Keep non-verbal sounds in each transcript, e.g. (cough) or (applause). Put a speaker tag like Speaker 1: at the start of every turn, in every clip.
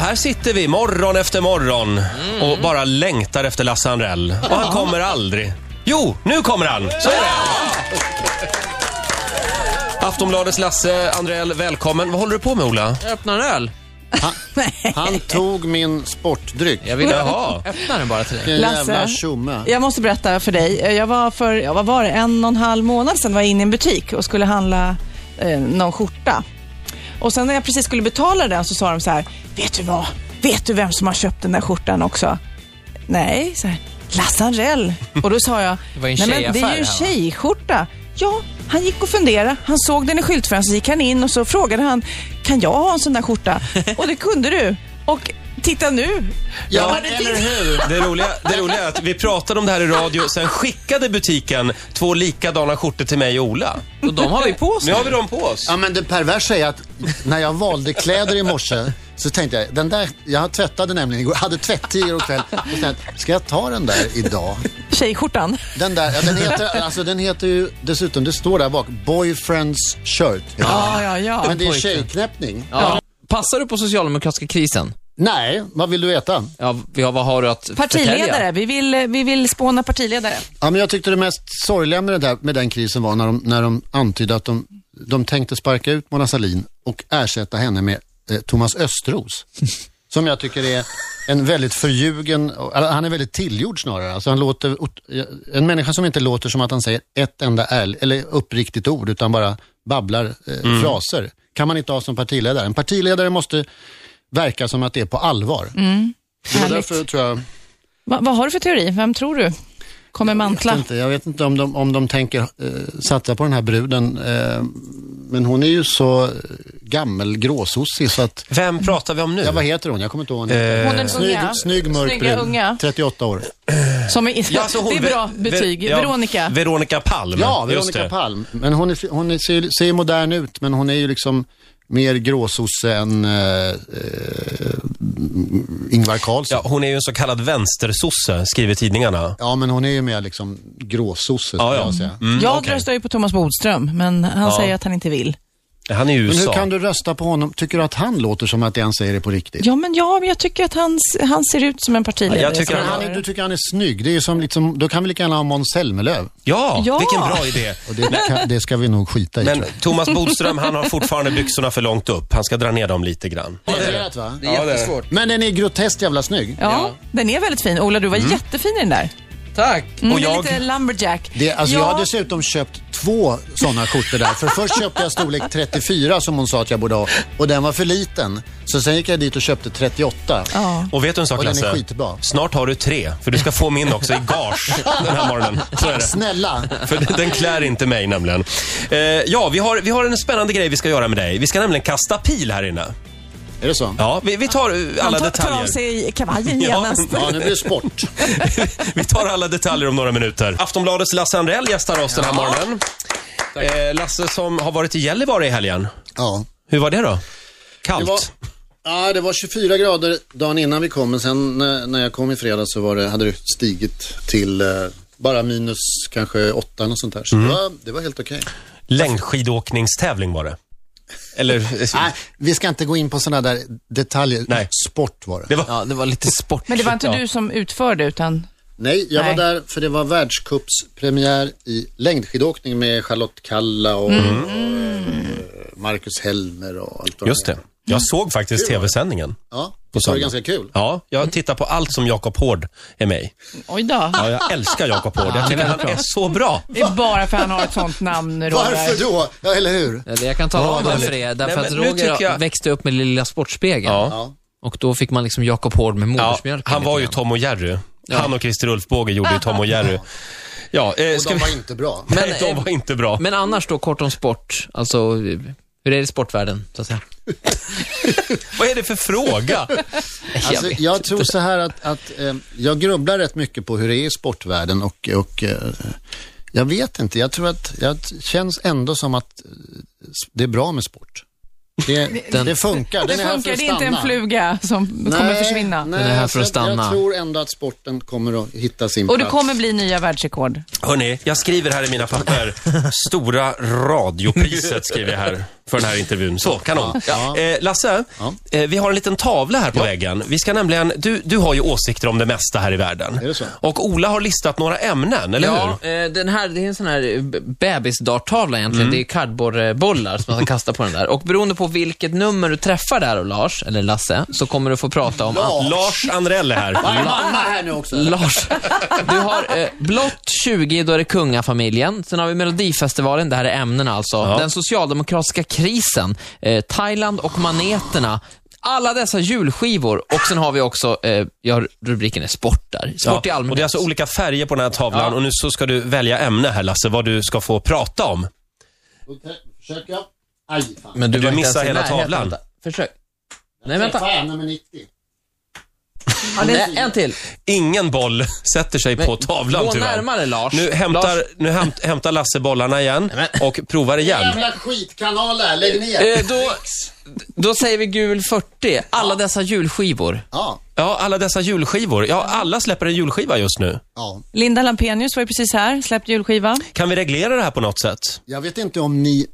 Speaker 1: här sitter vi morgon efter morgon och bara längtar efter Lasse Andrell. Och han kommer aldrig. Jo, nu kommer han! Så är det! Aftonbladets Lasse Andrell, välkommen. Vad håller du på med, Ola?
Speaker 2: Jag öppnar en öl.
Speaker 3: Han tog min sportdryck.
Speaker 2: Jag vill
Speaker 1: Jaha.
Speaker 2: öppna den bara till dig.
Speaker 3: Vilken jävla
Speaker 4: Lasse,
Speaker 3: tjomme.
Speaker 4: jag måste berätta för dig. Jag var för ja, vad var det, en och en halv månad sedan var jag inne i en butik och skulle handla eh, någon skjorta. Och sen när jag precis skulle betala den så sa de så här, vet du vad? Vet du vem som har köpt den där skjortan också? Nej, så här, Lasse Andrell. Och då sa jag,
Speaker 2: (laughs) Det var ju en
Speaker 4: nej men det är ju en
Speaker 2: tjejaffär här, va?"
Speaker 4: tjejskjorta. Ja, han gick och funderade. Han såg den i skyltfönstret, så gick han in och så frågade han, kan jag ha en sån där
Speaker 2: (laughs)
Speaker 4: skjorta? Och det kunde du. Och titta nu. Jag
Speaker 3: Ja,
Speaker 4: hade
Speaker 3: eller
Speaker 4: tittat-
Speaker 3: hur?
Speaker 1: Det roliga, det roliga är att vi pratade om det här i radio, sen skickade butiken två likadana skjortor till mig och Ola.
Speaker 2: Och de har vi på oss
Speaker 1: Nu
Speaker 2: nu.
Speaker 1: har vi dem på oss.
Speaker 3: Ja, men det perversa är att när jag valde kläder i morse så tänkte jag, den där, jag tvättade nämligen igår, hade tvätt i igår kväll. Och tänkte, jag, ska jag ta den där idag?
Speaker 4: Tjejskjortan.
Speaker 3: Den där, ja, den heter, alltså den heter ju dessutom, det står där bak, Boyfriends shirt.
Speaker 4: Ja, ja, ja.
Speaker 3: Men det är
Speaker 2: pojkvän.
Speaker 3: tjejknäppning.
Speaker 2: Ja. Passar du på socialdemokratiska krisen?
Speaker 3: Nej, vad vill du veta?
Speaker 2: Ja, ja, vad har du att
Speaker 4: Partiledare.
Speaker 2: förtälja?
Speaker 4: Vi vill, vi vill spåna partiledare.
Speaker 3: Ja, men jag tyckte det mest sorgliga med, det där, med den krisen var när de, när de antydde att de, de tänkte sparka ut Mona Sahlin och ersätta henne med eh, Thomas Östros. Som jag tycker är en väldigt förljugen, eller han är väldigt tillgjord snarare. Alltså han låter, en människa som inte låter som att han säger ett enda ärl, eller uppriktigt ord utan bara babblar eh, fraser. Kan man inte ha som partiledare. En partiledare måste verka som att det är på allvar. Det var
Speaker 4: Härligt.
Speaker 3: därför tror jag
Speaker 4: Va, vad har du för teori? Vem tror du kommer
Speaker 3: Jag
Speaker 4: mantla?
Speaker 3: vet inte, jag vet inte om de, om de tänker eh, satsa på den här bruden. Eh, men hon är ju så eh, gammal gråsossig så att,
Speaker 1: Vem pratar vi om nu?
Speaker 3: ja vad heter hon? Jag kommer inte ihåg.
Speaker 1: Eh,
Speaker 3: henne.
Speaker 4: Hon är den
Speaker 3: Snygg,
Speaker 4: unga.
Speaker 3: snygg mörkbrun, (laughs)
Speaker 4: Snygga unga.
Speaker 3: 38 år.
Speaker 4: Som är,
Speaker 1: Ja, alltså hon-
Speaker 4: (laughs) det är bra
Speaker 1: Ve-
Speaker 4: betyg.
Speaker 1: Ve- ja,
Speaker 4: Veronica.
Speaker 1: Veronica Palm.
Speaker 3: Ja,
Speaker 1: Just
Speaker 3: Veronica
Speaker 1: det.
Speaker 3: Palm. Men hon, är, hon är, ser, ser modern ut, men hon är ju liksom mer gråsosse än eh, eh, Ingvar Carlsson.
Speaker 1: Ja,
Speaker 3: Ja.
Speaker 1: hon är ju en så kallad vänstersosse, skriver tidningarna.
Speaker 3: men hon är ju mer liksom gråsosse, skulle
Speaker 1: Ja, ja. Mm.
Speaker 3: jag säga.
Speaker 4: jag
Speaker 1: okej.
Speaker 4: röstar ju på Thomas Bodström, men han säger att han inte vill.
Speaker 1: Han är i
Speaker 3: Men hur
Speaker 1: USA.
Speaker 3: kan du rösta på honom? Tycker du att han låter som att det han säger är på riktigt?
Speaker 4: Ja, men ja, men jag tycker att han, s- han ser ut som en partiledare.
Speaker 1: Ja, jag tycker
Speaker 4: som
Speaker 1: att
Speaker 3: Men han är, du tycker han är snygg. Det är ju som liksom, då kan vi lika gärna ha Måns Zelmerlöw.
Speaker 1: Ja,
Speaker 4: Ja.
Speaker 1: vilken bra
Speaker 3: (laughs)
Speaker 1: idé.
Speaker 3: Och det, kan, det ska vi nog skita i
Speaker 1: Men
Speaker 3: tror
Speaker 1: Thomas Bodström, han har fortfarande byxorna för långt upp. Han ska dra ner dem lite grann.
Speaker 3: jag. Det är rätt, va?
Speaker 2: Det är jättesvårt.
Speaker 3: Men den är groteskt jävla snygg.
Speaker 4: Ja, den är väldigt fin. Ola, du var jättefin i den där.
Speaker 2: Tack.
Speaker 4: Mm,
Speaker 1: Och
Speaker 4: den är
Speaker 1: jag-
Speaker 4: Lite lumberjack.
Speaker 3: Det, alltså, Jag
Speaker 4: Ja,
Speaker 3: har dessutom köpt två sådana skjortor där. För först köpte jag storlek 34 som hon sa att jag borde ha och den var för liten. Så sen gick jag dit och köpte 38.
Speaker 4: ja.
Speaker 1: Och vet du en sak
Speaker 3: Och den är
Speaker 1: Lasse?
Speaker 3: skitbra.
Speaker 1: Snart har du tre, för du ska få min också i gage den här morgonen. Så är det.
Speaker 3: Snälla,
Speaker 1: För den- den klär inte mig nämligen. Eh, ja, vi har, vi har en spännande grej vi ska göra med dig. Vi ska nämligen kasta pil här inne.
Speaker 3: är det så?
Speaker 1: Ja, vi, vi tar eh, alla
Speaker 4: han tar, tar av
Speaker 1: detaljer.
Speaker 4: sig kavajen
Speaker 1: Ja.
Speaker 4: genast.
Speaker 3: Ja, nu blir det sport.
Speaker 1: (laughs) Vi tar alla detaljer om några minuter. Aftonbladets Lasse Andrell gästar oss den här morgonen. Eh, Lasse som har varit i Gällivare i helgen.
Speaker 3: Ja.
Speaker 1: Hur var det då?
Speaker 3: Det
Speaker 1: Kallt?
Speaker 3: var, ja, det var 24 grader dagen innan vi kom, men sen eh, när jag kom i fredags så var det, hade det stigit till eh, bara minus kanske 8 eller något sånt där. Så
Speaker 1: Mm.
Speaker 3: det, var, det var helt okej.
Speaker 1: Längdskidåkningstävling var det. Eller... eh,
Speaker 3: Nej, vi ska inte gå in på sådana där detaljer.
Speaker 1: Nej.
Speaker 3: Sport var det.
Speaker 1: Det var-
Speaker 2: Ja, det var lite sport.
Speaker 4: Men det var inte
Speaker 1: Ja.
Speaker 4: du som utförde, utan...
Speaker 3: Nej, jag
Speaker 4: Nej.
Speaker 3: var där för det var världscupspremiär i längdskidåkning med Charlotte Kalla och, och Marcus Helmer och allt vad
Speaker 1: Just det. Jag såg faktiskt tv-sändningen.
Speaker 3: Ja,
Speaker 1: På
Speaker 3: det var
Speaker 1: söndag.
Speaker 3: ganska kul.
Speaker 1: Ja, jag tittar på allt som Jakob Hård är med i.
Speaker 4: Oj då.
Speaker 1: Ja, jag älskar Jakob Hård. Jag tycker han är så bra.
Speaker 4: Det är bara för att han har ett sånt namn, Roger.
Speaker 3: Varför då? Ja, eller hur?
Speaker 2: Eller Eh, Jag kan tala om varför
Speaker 1: dåligt.
Speaker 2: det är. Därför
Speaker 1: Nej,
Speaker 2: att
Speaker 1: men nu
Speaker 2: Roger
Speaker 1: tycker jag-
Speaker 2: växte upp med Lilla Sportspegeln.
Speaker 1: Ja.
Speaker 3: Ja.
Speaker 2: Och då fick man liksom Jakob Hård med
Speaker 1: Ja,
Speaker 2: modersmjölken.
Speaker 1: han var ju
Speaker 2: lite grann.
Speaker 1: Tom och Jerry. Han och Christer Ulfbåge gjorde ju Tom och Jerry. Ja, eh,
Speaker 3: Och
Speaker 1: ska
Speaker 3: de
Speaker 1: vi...
Speaker 3: var inte bra.
Speaker 2: Men,
Speaker 1: (laughs) Nej, de var inte bra.
Speaker 2: Men annars då, kort om sport. Alltså, hur är det i sportvärlden, så att säga?
Speaker 1: Vad är det för (laughs) fråga?
Speaker 2: Jag
Speaker 3: Alltså,
Speaker 2: vet
Speaker 3: jag tror så här att, att eh, jag grubblar rätt mycket på hur det är i sportvärlden och, och eh, jag vet inte. Jag tror att, jag t- känns ändå som att eh, det är bra med sport. Det,
Speaker 2: (laughs) Den-
Speaker 3: det funkar. Den
Speaker 4: Det
Speaker 3: är här för
Speaker 4: funkar,
Speaker 3: att
Speaker 4: det är inte en
Speaker 3: stanna.
Speaker 4: fluga som kommer försvinna.
Speaker 3: nej,
Speaker 2: Den är här för att
Speaker 3: så jag-
Speaker 2: stanna.
Speaker 3: Jag tror ändå att sporten kommer att hitta sin
Speaker 4: Och det
Speaker 3: plats.
Speaker 4: kommer bli nya världsrekord.
Speaker 1: Hörni, jag skriver här i mina papper. Stora radiopriset skriver jag här. för den här intervjun. Så, kanon.
Speaker 3: Ja.
Speaker 1: Eh, Lasse,
Speaker 3: Ja.
Speaker 1: eh, vi har en liten tavla här på väggen. Vi ska nämligen, du, du har ju åsikter om det mesta här i världen.
Speaker 3: Är det så?
Speaker 1: Och Ola har listat några ämnen, eller
Speaker 2: Ja, eh, den här, det är en sån här eh, b- bebisdarttavla egentligen.
Speaker 1: Mm.
Speaker 2: Det är kardborrebollar som man kan kasta på den där. Och beroende på vilket nummer du träffar där av Lars, eller Lasse, så kommer du få prata om... an-
Speaker 1: hur? Lars Andrell är här.
Speaker 3: Vad är mamma här nu också?
Speaker 2: Lars, du har eh, blått 20, då är det kungafamiljen. Sen har vi Melodifestivalen, det här är ämnena alltså. Den socialdemokratiska krisen, eh, Thailand och maneterna. Alla dessa julskivor och sen har vi också, eh, ja, rubriken är sport där. Sport i allmänhet.
Speaker 1: och det är alltså olika färger på den här tavlan
Speaker 2: Ja.
Speaker 1: och nu så ska du välja ämne här Lasse, vad du ska få prata om.
Speaker 3: Försöker. Aj, fan.
Speaker 2: Men
Speaker 1: Du
Speaker 2: var inte
Speaker 1: missar
Speaker 2: ens i
Speaker 1: hela
Speaker 2: närheten.
Speaker 1: tavlan.
Speaker 2: Vänta, Försök. Nej, vänta.
Speaker 3: Fan, nummer 90.
Speaker 4: Ja, det
Speaker 2: Nej, en till.
Speaker 1: Ingen boll (laughs) sätter sig på tavlan
Speaker 2: Gå
Speaker 1: tyvärr.
Speaker 2: närmare Lars.
Speaker 1: Nu hämtar,
Speaker 2: Lars,
Speaker 1: nu hämt, hämtar Lasse bollarna igen och provar igen.
Speaker 3: Jävla skitkanal här, lägg ner.
Speaker 2: eh, då, då säger vi gul 40. Alla dessa julskivor.
Speaker 3: Ja,
Speaker 1: Ja, alla dessa julskivor. Ja, alla släpper en julskiva just nu.
Speaker 3: ja.
Speaker 4: Linda Lampenius var ju precis här, släppte julskiva.
Speaker 1: Kan vi reglera det här på något sätt?
Speaker 3: Jag vet inte om ni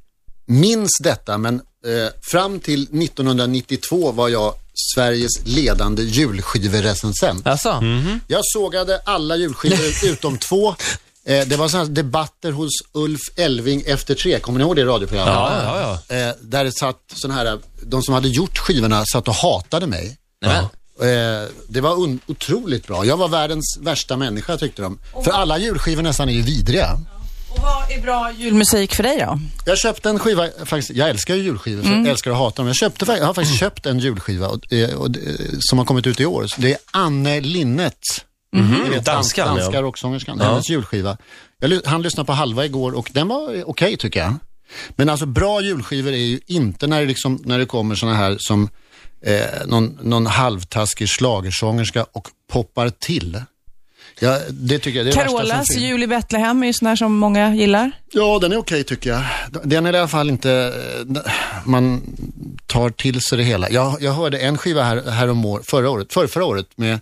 Speaker 3: minns detta, men eh, fram till 1992 var jag Sveriges ledande julskiverecensent.
Speaker 2: Alltså,
Speaker 1: Mm.
Speaker 3: Jag sågade alla julskivor utom två. Eh, det var sådana här debatter hos Ulf Elving efter tre. Kommer ni ihåg det radioprogrammet?
Speaker 1: Ja, ja, ja.
Speaker 3: Eh, där det satt sådana här, de som hade gjort skivorna satt och hatade mig.
Speaker 2: nej, men,
Speaker 3: Eh, det var un- otroligt bra. Jag var världens värsta människa tyckte de. För alla julskivor nästan är ju vidriga.
Speaker 4: Och vad är bra julmusik för dig då?
Speaker 3: Jag köpte en skiva, faktiskt, jag älskar ju julskivor,
Speaker 1: Mm.
Speaker 3: för jag älskar att hata dem. Jag, köpte, fa- jag har faktiskt köpt en julskiva och, eh, och, eh, som har kommit ut i år. Det är Anne Linnet. Ni vet, dans-
Speaker 1: Mhm. Danskan, ja.
Speaker 3: Danska rocksångerskan, hennes julskiva. Jag, ly- han lyssnade på halva igår och den var okej tycker jag. Men alltså bra julskivor är ju inte när det, liksom, när det kommer såna här som eh, någon, någon halvtaskig schlagersångerska och poppar till. Ja, det tycker jag det är det värsta som
Speaker 4: Carolas
Speaker 3: finns.
Speaker 4: Jul i Betlehem är ju sån här som många gillar.
Speaker 3: Ja, den är okej tycker jag. Den är i alla fall inte, eh, man tar till sig det hela. Jag, jag hörde en skiva här, här om år, förra året, för, förra året med,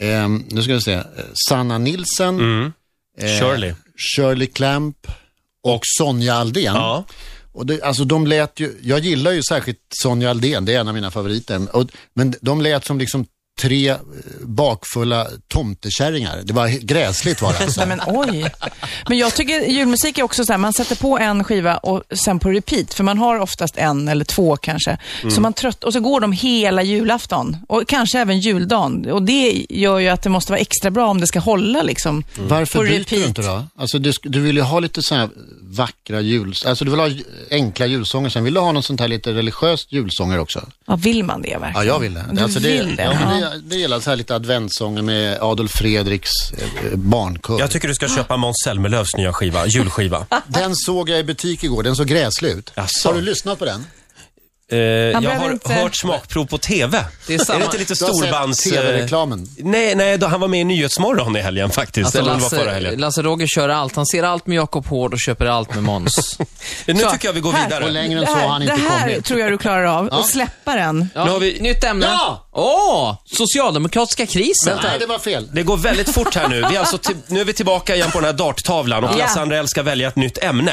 Speaker 3: eh, nu ska vi se, eh, Sanna Nilsen,
Speaker 1: Shirley.
Speaker 3: Shirley Clamp och Sonja Aldén.
Speaker 1: Ja.
Speaker 3: Och det, alltså de lät ju, jag gillar ju särskilt Sonja Aldén, det är en av mina favoriter. Och, men de lät som liksom tre eh, bakfulla tomtekärringar. Det var he- gräsligt var det alltså.
Speaker 4: Nej men oj. Men jag tycker julmusik är också så här, man sätter på en skiva och sen på repeat, för man har oftast en eller två kanske.
Speaker 3: Mm.
Speaker 4: Så man trött, och så går de hela julafton och kanske även juldagen. Och det gör ju att det måste vara extra bra om det ska hålla liksom.
Speaker 3: Varför
Speaker 4: På
Speaker 3: byter du
Speaker 4: repeat.
Speaker 3: inte då? Alltså du, sk- du vill ju ha lite så här vackra jul... Alltså du vill ha ju- enkla julsånger, sen vill du ha någon sånt här lite religiöst julsånger också?
Speaker 4: Ja, vill man det verkligen?
Speaker 3: Ja, jag vill det.
Speaker 4: Du
Speaker 3: alltså, det,
Speaker 4: vill det?
Speaker 3: Ja, men
Speaker 4: Ja.
Speaker 3: det, det gillar så här lite adventssånger med Adolf Fredriks eh, eh, barnkör.
Speaker 1: Jag tycker du ska köpa Måns Zelmerlöws nya skiva,
Speaker 4: (laughs)
Speaker 1: julskiva.
Speaker 3: Den såg jag i butik igår, den såg gräslig ut.
Speaker 1: Jaså?
Speaker 3: Har du lyssnat på den?
Speaker 1: Eh, jag
Speaker 4: behöver
Speaker 1: har
Speaker 4: inte-
Speaker 1: hört smakprov på TV. (laughs)
Speaker 2: Det är samma-
Speaker 1: det inte lite
Speaker 3: Du har sett
Speaker 1: storbands...
Speaker 3: TV-reklamen.
Speaker 1: eh, Nej, nej, då, han var med i Nyhetsmorgon i helgen faktiskt.
Speaker 2: alltså,
Speaker 1: Eller om det var förra
Speaker 2: Lasse,
Speaker 1: helgen.
Speaker 2: Lasse Roger kör allt. Han ser allt med Jakob Hård och köper allt
Speaker 1: (laughs)
Speaker 2: med Måns.
Speaker 1: Nu
Speaker 4: Så,
Speaker 1: tycker jag vi går
Speaker 4: här.
Speaker 1: vidare.
Speaker 3: Och längre än
Speaker 4: Det
Speaker 3: så har han
Speaker 4: här, det
Speaker 3: inte
Speaker 4: här
Speaker 3: kommit.
Speaker 4: tror jag du klarar av, och släppa den.
Speaker 2: Ja,
Speaker 1: Nu har vi-
Speaker 2: Nytt ämne.
Speaker 3: Ja!
Speaker 2: Åh! Socialdemokratiska krisen.
Speaker 3: Vänta, det var fel.
Speaker 1: Det går väldigt fort här nu. Vi är alltså till, nu är vi tillbaka igen på den här darttavlan och
Speaker 4: Ja.
Speaker 1: Lasse Andrell ska välja ett nytt ämne.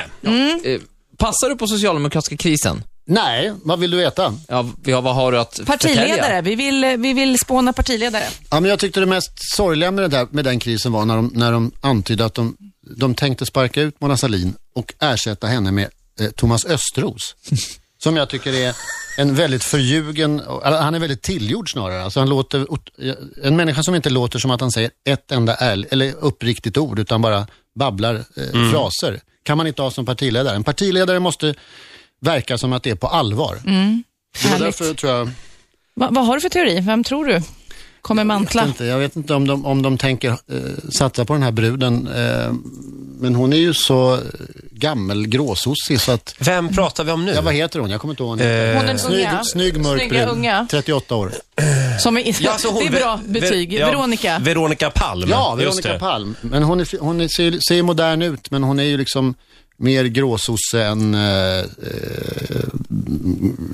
Speaker 2: Eh, Passar du på socialdemokratiska krisen?
Speaker 3: Nej, vad vill du veta?
Speaker 2: Ja, v- ja vad har du att
Speaker 4: Partiledare,
Speaker 2: förtälja?
Speaker 4: vi vill, vi vill spåna partiledare.
Speaker 3: Ja, men jag tyckte det mest sorgliga med, det där, med den krisen var när de, när de antydde att de, de tänkte sparka ut Mona Sahlin och ersätta henne med eh, Thomas Östros. Som jag tycker är en väldigt förljugen, eller han är väldigt tillgjord snarare. Alltså han låter, ot- en människa som inte låter som att han säger ett enda ärligt, eller uppriktigt ord utan bara babblar eh, fraser. Kan man inte ha som partiledare. En partiledare måste verka som att det är på allvar. Det var
Speaker 4: Härligt.
Speaker 3: därför tror jag
Speaker 4: Va, vad har du för teori? Vem tror du kommer mantla?
Speaker 3: vet inte, jag vet inte om de, om de tänker eh, satsa på den här bruden. Eh, men hon är ju så eh, gammal gråsossig så att,
Speaker 1: Vem pratar vi om nu?
Speaker 3: ja vad heter hon? Jag kommer inte ihåg. Eh,
Speaker 4: Hon den
Speaker 3: snygg,
Speaker 4: unga.
Speaker 3: snygg
Speaker 4: Snygga
Speaker 3: mörkbrun,
Speaker 4: unga.
Speaker 3: 38 år.
Speaker 4: Som är,
Speaker 1: Ja, alltså hon-
Speaker 4: (laughs) det är bra
Speaker 1: Ve-
Speaker 4: betyg.
Speaker 1: Ve- ja,
Speaker 4: Veronica.
Speaker 1: Veronica Palm.
Speaker 3: Ja,
Speaker 1: just
Speaker 3: Veronica
Speaker 1: det.
Speaker 3: Palm. Men hon, är, hon är, ser, ser modern ut, men hon är ju liksom mer gråsosse än eh, eh,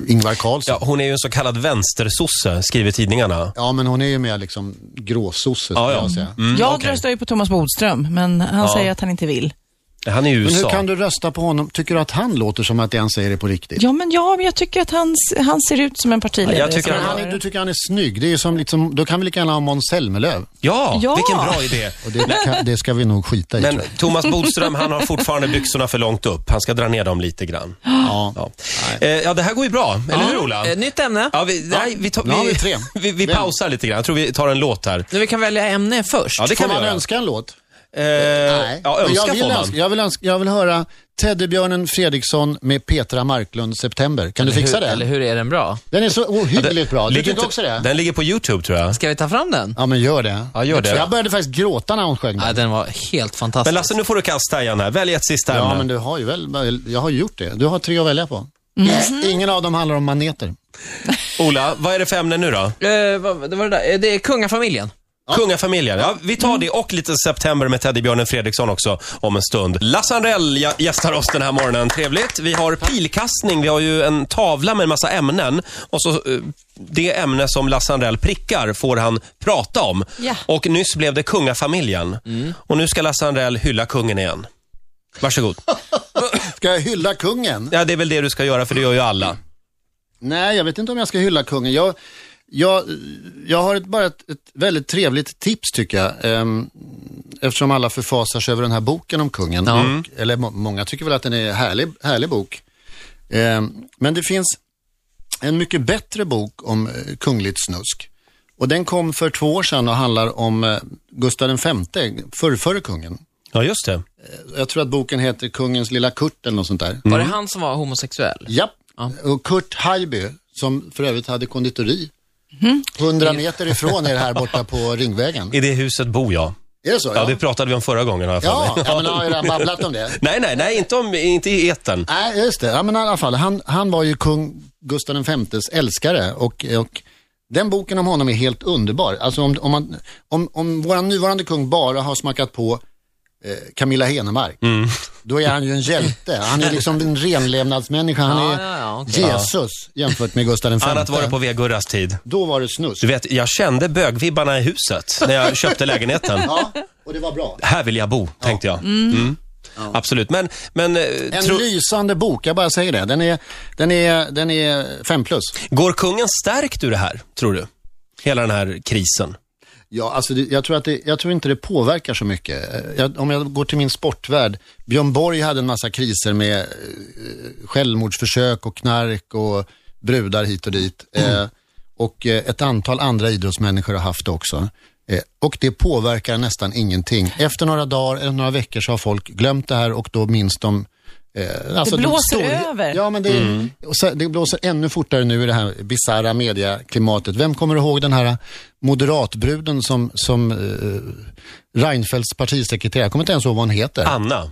Speaker 3: Ingvar Carlsson.
Speaker 1: Ja,
Speaker 3: Ja.
Speaker 1: hon är ju en så kallad vänstersosse, skriver tidningarna.
Speaker 3: men hon är ju mer liksom gråsosse, skulle
Speaker 1: Ja, ja.
Speaker 3: jag säga.
Speaker 1: Mm,
Speaker 4: jag
Speaker 1: okej.
Speaker 4: röstar ju på Thomas Bodström, men han säger att han inte vill.
Speaker 1: Han är i
Speaker 3: Men
Speaker 1: USA.
Speaker 3: hur kan du rösta på honom? Tycker du att han låter som att det han säger är på riktigt?
Speaker 4: Ja, men ja, men jag tycker att han, han ser ut som en partiledare.
Speaker 1: Ja, jag tycker
Speaker 4: som
Speaker 1: han-
Speaker 4: har-
Speaker 3: Han är, du tycker han är snygg. Det är ju som liksom, då kan vi lika gärna ha Måns Zelmerlöw.
Speaker 1: Ja,
Speaker 4: Ja.
Speaker 1: vilken bra idé.
Speaker 3: Och det, kan, det ska vi nog skita i
Speaker 1: Men
Speaker 3: tror jag.
Speaker 1: Thomas Bodström, han har fortfarande byxorna för långt upp. Han ska dra ner dem lite grann.
Speaker 3: (gasps) Ja.
Speaker 1: Ja, eh, ja det här går ju bra. Eller hur, Ola?
Speaker 2: Eh, nytt ämne.
Speaker 1: Ja, vi, nej, vi, tar,
Speaker 3: Nu har vi tre.
Speaker 1: vi, vi
Speaker 3: Vem?
Speaker 1: pausar lite grann. Jag tror vi tar en låt här.
Speaker 2: Nu vi kan välja ämne först.
Speaker 1: Ja, det
Speaker 3: Får
Speaker 1: kan vi
Speaker 3: man
Speaker 1: göra.
Speaker 3: önska en låt?
Speaker 1: Eh,
Speaker 3: Nej.
Speaker 1: ja,
Speaker 3: Men
Speaker 1: önska
Speaker 3: jag, vill
Speaker 1: får man.
Speaker 3: önska, jag, vill önska, jag vill höra Teddybjörnen Fredriksson med Petra Marklund September. Kan du fixa
Speaker 2: hur, Eller
Speaker 3: det?
Speaker 2: hur är den bra?
Speaker 3: Den är så ohyggligt bra. Du
Speaker 1: Ligger
Speaker 3: tycker
Speaker 1: inte-
Speaker 3: också det?
Speaker 1: Den ligger på YouTube, tror jag.
Speaker 2: Ska vi ta fram den?
Speaker 3: Ja, men gör det.
Speaker 1: Ja, gör det.
Speaker 3: Jag började faktiskt gråta när hon sjöng
Speaker 2: Ja,
Speaker 3: den.
Speaker 2: den var helt fantastisk.
Speaker 1: Men Lasse, nu får du kasta igen här. Välj ett sista
Speaker 3: Ja,
Speaker 1: ämne.
Speaker 3: men du har ju väl, jag har ju gjort det. Du har tre att välja på. Ingen av dem handlar om maneter.
Speaker 1: Ola, vad är det för ämne nu då?
Speaker 2: Eh, vad, vad var det där? Eh, Det är kungafamiljen.
Speaker 1: Kungafamiljen. Ja, vi tar det och lite september med Teddybjörnen Fredriksson också om en stund. Lasse Andrell gä- gästar oss den här morgonen. Trevligt. Vi har pilkastning. Vi har ju en tavla med en massa ämnen. Och så eh, det ämne som Lasse Andrell prickar får han prata om.
Speaker 4: Ja.
Speaker 1: Och nyss blev det kungafamiljen. Och nu ska Lasse Andrell hylla kungen igen. Varsågod.
Speaker 3: Ska jag hylla kungen?
Speaker 1: Ja, det är väl det du ska göra för det gör ju alla.
Speaker 3: Nej, jag vet inte om jag ska hylla kungen. Jag, jag, jag har ett, bara ett, ett väldigt trevligt tips tycker jag. Ehm, eftersom alla förfasar sig över den här boken om kungen. Och, eller må, många tycker väl att den är en härlig, härlig bok. Ehm, men det finns en mycket bättre bok om eh, kungligt snusk. Och den kom för två år sedan och handlar om eh, Gustav V, förrförre kungen.
Speaker 1: Ja, just det.
Speaker 3: Jag tror att boken heter Kungens lilla Kurt eller något sånt där.
Speaker 1: Mm.
Speaker 2: Var det han som var homosexuell?
Speaker 3: Ja, och Kurt Haijby, som för övrigt hade konditori. 100 meter ifrån er här borta på Ringvägen.
Speaker 1: I det huset bor jag.
Speaker 3: Är det så?
Speaker 1: Ja, det pratade vi om förra gången i alla fall.
Speaker 3: ja, ja men jag har ju redan babblat om det.
Speaker 1: Nej, nej, nej, inte, om, inte i etern.
Speaker 3: Nej, just det. Ja, men i alla fall, han, han var ju kung Gustav V's älskare och, och den boken om honom är helt underbar. Alltså om, om, man, om, om vår nuvarande kung bara har smakat på eh, Camilla Henemark, då är han ju en hjälte. Han är liksom en renlevnadsmänniska. Han är
Speaker 2: Ja, ja, ja,
Speaker 3: Jesus jämfört med Gustav V.
Speaker 1: Annat var det på V-Gurras tid.
Speaker 3: Då var det snus.
Speaker 1: Du vet, jag kände bögvibbarna i huset när
Speaker 3: (laughs)
Speaker 1: jag köpte lägenheten.
Speaker 3: Ja, och det var bra.
Speaker 1: Här vill jag bo, tänkte jag. Mm. Absolut, men... men eh,
Speaker 3: En
Speaker 1: tro,
Speaker 3: lysande bok, jag bara säger det. Den är, den är, den är fem plus.
Speaker 1: går kungen stärkt ur det här, tror du? Hela den här krisen.
Speaker 3: Ja, alltså det, jag, tror att det, jag tror inte det påverkar så mycket. Eh, Jag, om jag går till min sportvärld, Björn Borg hade en massa kriser med eh, självmordsförsök och knark och brudar hit och dit. Eh, och eh, ett antal andra idrottsmänniskor har haft det också. Eh, och det påverkar nästan ingenting. Efter några dagar eller några veckor så har folk glömt det här och då minns de Eh, alltså,
Speaker 4: Det
Speaker 3: de
Speaker 4: blåser
Speaker 3: stor-
Speaker 4: över.
Speaker 3: Ja, men det, är- och så, det blåser ännu fortare nu i det här bisarra medieklimatet. Vem kommer ihåg den här moderatbruden som, som eh, Reinfeldts partisekreterare, jag kommer inte ens ihåg vad hon heter,
Speaker 1: Anna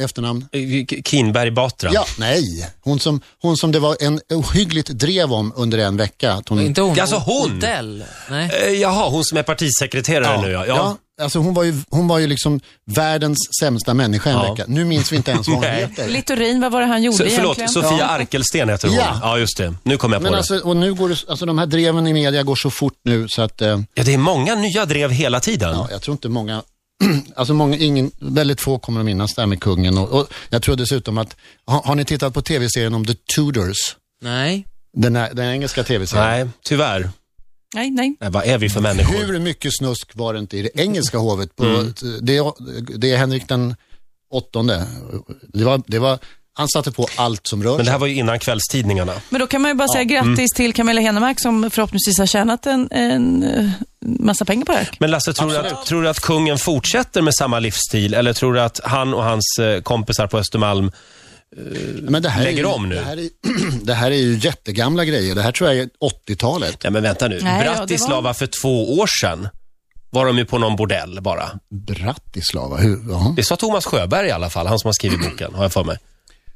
Speaker 3: efternamn.
Speaker 1: eh, K- Kinberg Batra.
Speaker 3: Ja, nej. Hon som, hon som det var en ohyggligt drev om under en vecka. Att hon,
Speaker 2: Inte hon.
Speaker 1: Alltså hon.
Speaker 2: Odell. Nej.
Speaker 1: Eh, Jaha, hon som är partisekreterare nu ja. ja.
Speaker 3: alltså hon var, ju, hon var ju liksom världens sämsta människa en
Speaker 1: Ja.
Speaker 3: vecka. Nu minns vi inte ens vad
Speaker 1: (laughs)
Speaker 3: hon
Speaker 1: Nej.
Speaker 3: heter.
Speaker 4: Littorin, vad var det han gjorde
Speaker 3: Oh,
Speaker 1: Så, förlåt,
Speaker 4: egentligen?
Speaker 1: Sofia Arkelsten heter hon. Ja.
Speaker 3: Ja.
Speaker 1: just det. Nu kom jag på
Speaker 3: Men
Speaker 1: det.
Speaker 3: alltså, och nu går det, alltså de här dreven i media går så fort nu så att eh,
Speaker 1: Ja, det är många nya drev hela tiden.
Speaker 3: Ja, jag tror inte många, (clears throat) alltså många, ingen, väldigt få kommer att minnas det här med kungen. Och, och jag tror dessutom att, har, har ni tittat på tv-serien om The Tudors?
Speaker 2: Nej.
Speaker 3: Den, här, den engelska tv-serien.
Speaker 1: Nej, tyvärr.
Speaker 4: Nej, nej.
Speaker 1: Nej, vad är vi för människor?
Speaker 3: Hur mycket snusk var det inte i det engelska hovet? På,
Speaker 1: Mm.
Speaker 3: det, det är Henrik den åttonde. Det var, det var, han satte på allt som rör
Speaker 1: Men det
Speaker 3: sig.
Speaker 1: här var ju innan kvällstidningarna.
Speaker 4: Men då kan man ju bara säga
Speaker 1: Mm.
Speaker 4: grattis till Camilla Henemark som förhoppningsvis har tjänat en, en eh, massa pengar på det här.
Speaker 1: Men Lasse, tror du, att, tror du att kungen fortsätter med samma livsstil eller tror du att han och hans eh, kompisar på Östermalm...
Speaker 3: Men det här
Speaker 1: lägger
Speaker 3: är, ju-
Speaker 1: om nu.
Speaker 3: Det här, är, det här är ju (clears throat) jättegamla grejer. Det här tror jag är 80-talet.
Speaker 1: Ja, men vänta nu.
Speaker 4: Nej, ja, det
Speaker 1: Bratislava för två år sedan var de ju på någon bordell bara.
Speaker 3: Bratislava, hur, ja.
Speaker 1: Det sa Thomas Sjöberg i alla fall, han som har skrivit boken, har jag för mig.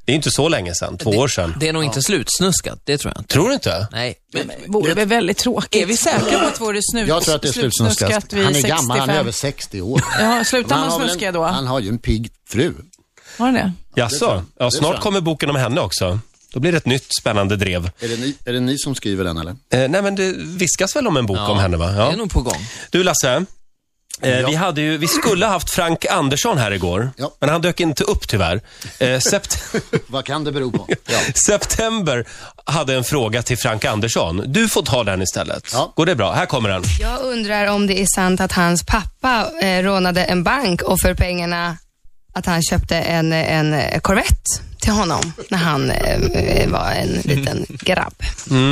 Speaker 1: Det är inte så länge sedan, två år sedan.
Speaker 2: Det är nog inte slutsnuskat, det tror jag inte.
Speaker 1: Tror du inte?
Speaker 2: Nej. Men,
Speaker 4: Det vore väl väldigt tråkigt. Är vi säkra på att vore snus,
Speaker 3: Jag tror att det är slutsnuskat.
Speaker 4: slutsnuskat
Speaker 3: Han
Speaker 4: vid
Speaker 3: är gammal, han är
Speaker 4: 65?
Speaker 3: över 60 år.
Speaker 4: (laughs) Ja, slutar
Speaker 3: Men
Speaker 4: man
Speaker 3: har väl
Speaker 4: snuska
Speaker 3: en,
Speaker 4: då?
Speaker 3: Han har ju en pigg fru.
Speaker 4: Har han det?
Speaker 1: Jaså? Ja,
Speaker 3: tror
Speaker 1: snart
Speaker 3: jag.
Speaker 1: kommer boken om henne också. Då blir det ett nytt spännande drev.
Speaker 3: Är det ni, är det
Speaker 1: (laughs)
Speaker 3: ni som skriver den eller?
Speaker 1: Eh, nej, men det viskas väl om en bok om henne, va?
Speaker 2: Det
Speaker 1: Ja.
Speaker 2: är nog på gång.
Speaker 1: Du Lasse, Eh, Vi, hade ju, vi skulle haft Frank Andersson här igår,
Speaker 3: Ja.
Speaker 1: men han dök inte upp tyvärr. Eh, sept- (laughs)
Speaker 3: Vad kan det bero på? Ja.
Speaker 1: September hade en fråga till Frank Andersson. Du får ta den istället.
Speaker 3: Ja.
Speaker 1: Går det bra? Här kommer den.
Speaker 5: Jag undrar om det är sant att hans pappa eh, rånade en bank och för pengarna att han köpte en, en Corvette till honom när han eh, var en liten grabb.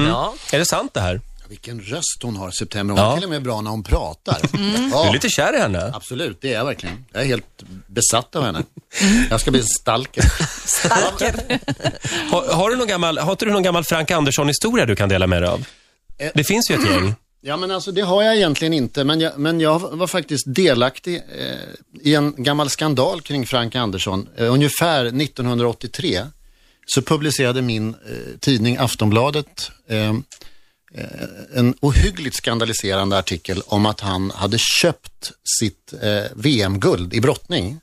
Speaker 2: Ja.
Speaker 1: Är det sant det här?
Speaker 3: Vilken röst hon har, September. Hon
Speaker 1: Ja. Mm.
Speaker 3: är till och med bra när hon pratar.
Speaker 1: Du
Speaker 3: Ja,
Speaker 1: är lite kär i henne.
Speaker 3: absolut. Det är jag verkligen. Jag är helt besatt av henne. Jag ska bli en stalker.
Speaker 1: Har, har, du någon gammal, har inte du någon gammal Frank Andersson-historia du kan dela med dig av?
Speaker 3: Eh.
Speaker 1: Det finns ju ett
Speaker 3: (laughs)
Speaker 1: gäng.
Speaker 3: (laughs) Ja, men alltså det har jag egentligen inte. Men jag, men jag var faktiskt delaktig eh, i en gammal skandal kring Frank Andersson. Eh, ungefär 1983 så publicerade min eh, tidning Aftonbladet eh, eh, en ohyggligt skandaliserande artikel om att han hade köpt sitt eh, VM-guld i brottning.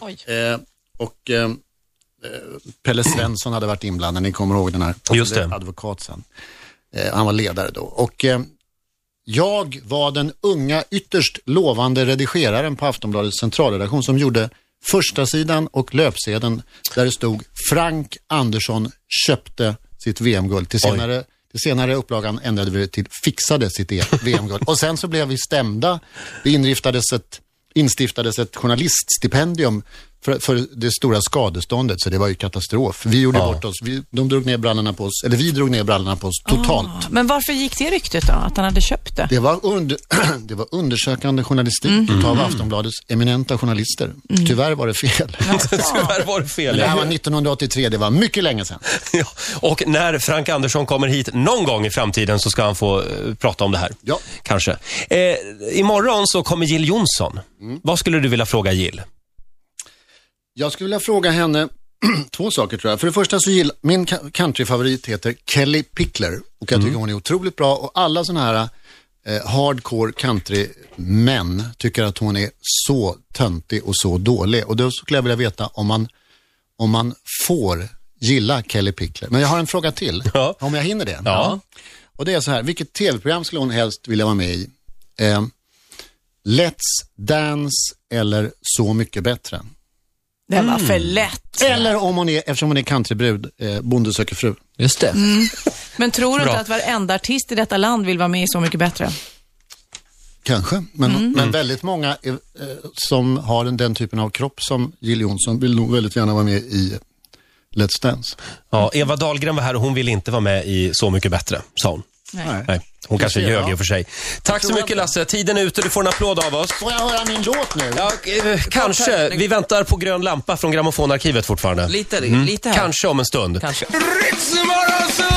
Speaker 4: Oj.
Speaker 3: Eh, och eh, eh, Pelle Svensson hade varit inblandad, ni kommer ihåg den här
Speaker 1: Just det.
Speaker 3: advokat sen. Eh, han var ledare då. Och eh, jag var den unga, ytterst lovande redigeraren på Aftonbladets centralredaktion som gjorde första sidan och löpsedeln där det stod Frank Andersson köpte sitt VM-guld. Till senare, till senare upplagan ändrade vi det till fixade sitt VM-guld. Och sen så blev vi stämda. Det inriftades ett, instiftades ett journaliststipendium för, för det stora skadeståndet, så det var ju katastrof. Vi gjorde bort oss. Vi, de drog ner brallorna på oss, eller vi drog ner brallorna på oss totalt.
Speaker 4: Men varför gick det ryktet då? Att han hade köpt det?
Speaker 3: Det var, under, (clears throat) det var undersökande journalistik utav Aftonbladets eminenta journalister. Tyvärr var det fel.
Speaker 1: Tyvärr var det
Speaker 3: Men
Speaker 1: fel.
Speaker 3: det här
Speaker 1: Ja.
Speaker 3: var 1983, det var mycket länge sedan.
Speaker 1: (laughs) Ja. Och när Frank Andersson kommer hit någon gång i framtiden så ska han få eh, prata om det här.
Speaker 3: Ja.
Speaker 1: Kanske. Eh, imorgon så kommer Jill Johnson. Vad skulle du vilja fråga Jill?
Speaker 3: Jag skulle vilja fråga henne (clears throat) två saker tror jag. För det första så gillar, min ka- countryfavorit heter Kelly Pickler och jag tycker
Speaker 1: Mm.
Speaker 3: hon är otroligt bra och alla sådana här eh, hardcore countrymän tycker att hon är så töntig och så dålig. Och då skulle jag vilja veta om man, om man får gilla Kelly Pickler. Men jag har en fråga till,
Speaker 1: (laughs) Ja.
Speaker 3: om jag hinner det.
Speaker 1: Ja.
Speaker 3: Och det är så här, vilket tv-program skulle hon helst vilja vara med i? Eh, Let's Dance eller Så Mycket Bättre?
Speaker 4: Den var för lätt.
Speaker 3: Eller om hon är, eftersom hon är countrybrud, eh, Bonde söker fru.
Speaker 2: Just det.
Speaker 4: Men tror du
Speaker 1: Bra.
Speaker 4: inte att varenda artist i detta land vill vara med i Så mycket bättre?
Speaker 3: Kanske, men, men väldigt många eh, eh, som har den, den typen av kropp som Jill Johnson vill nog väldigt gärna vara med i Let's Dance.
Speaker 1: Ja, Eva Dahlgren var här och hon ville inte vara med i Så mycket bättre, sa hon.
Speaker 3: Nej.
Speaker 1: Nej, hon kanske
Speaker 3: ser,
Speaker 1: ljög
Speaker 3: ja.
Speaker 1: i och för sig. Tack så mycket Lasse, tiden är ute. Du får en applåd av oss.
Speaker 3: Får jag höra min låt nu?
Speaker 1: Ja, eh, kanske. Vi väntar på grön lampa från grammofonarkivet fortfarande.
Speaker 2: Lite, lite här.
Speaker 1: Kanske om en stund.
Speaker 2: Kanske.
Speaker 6: Ritzmorgonzoo!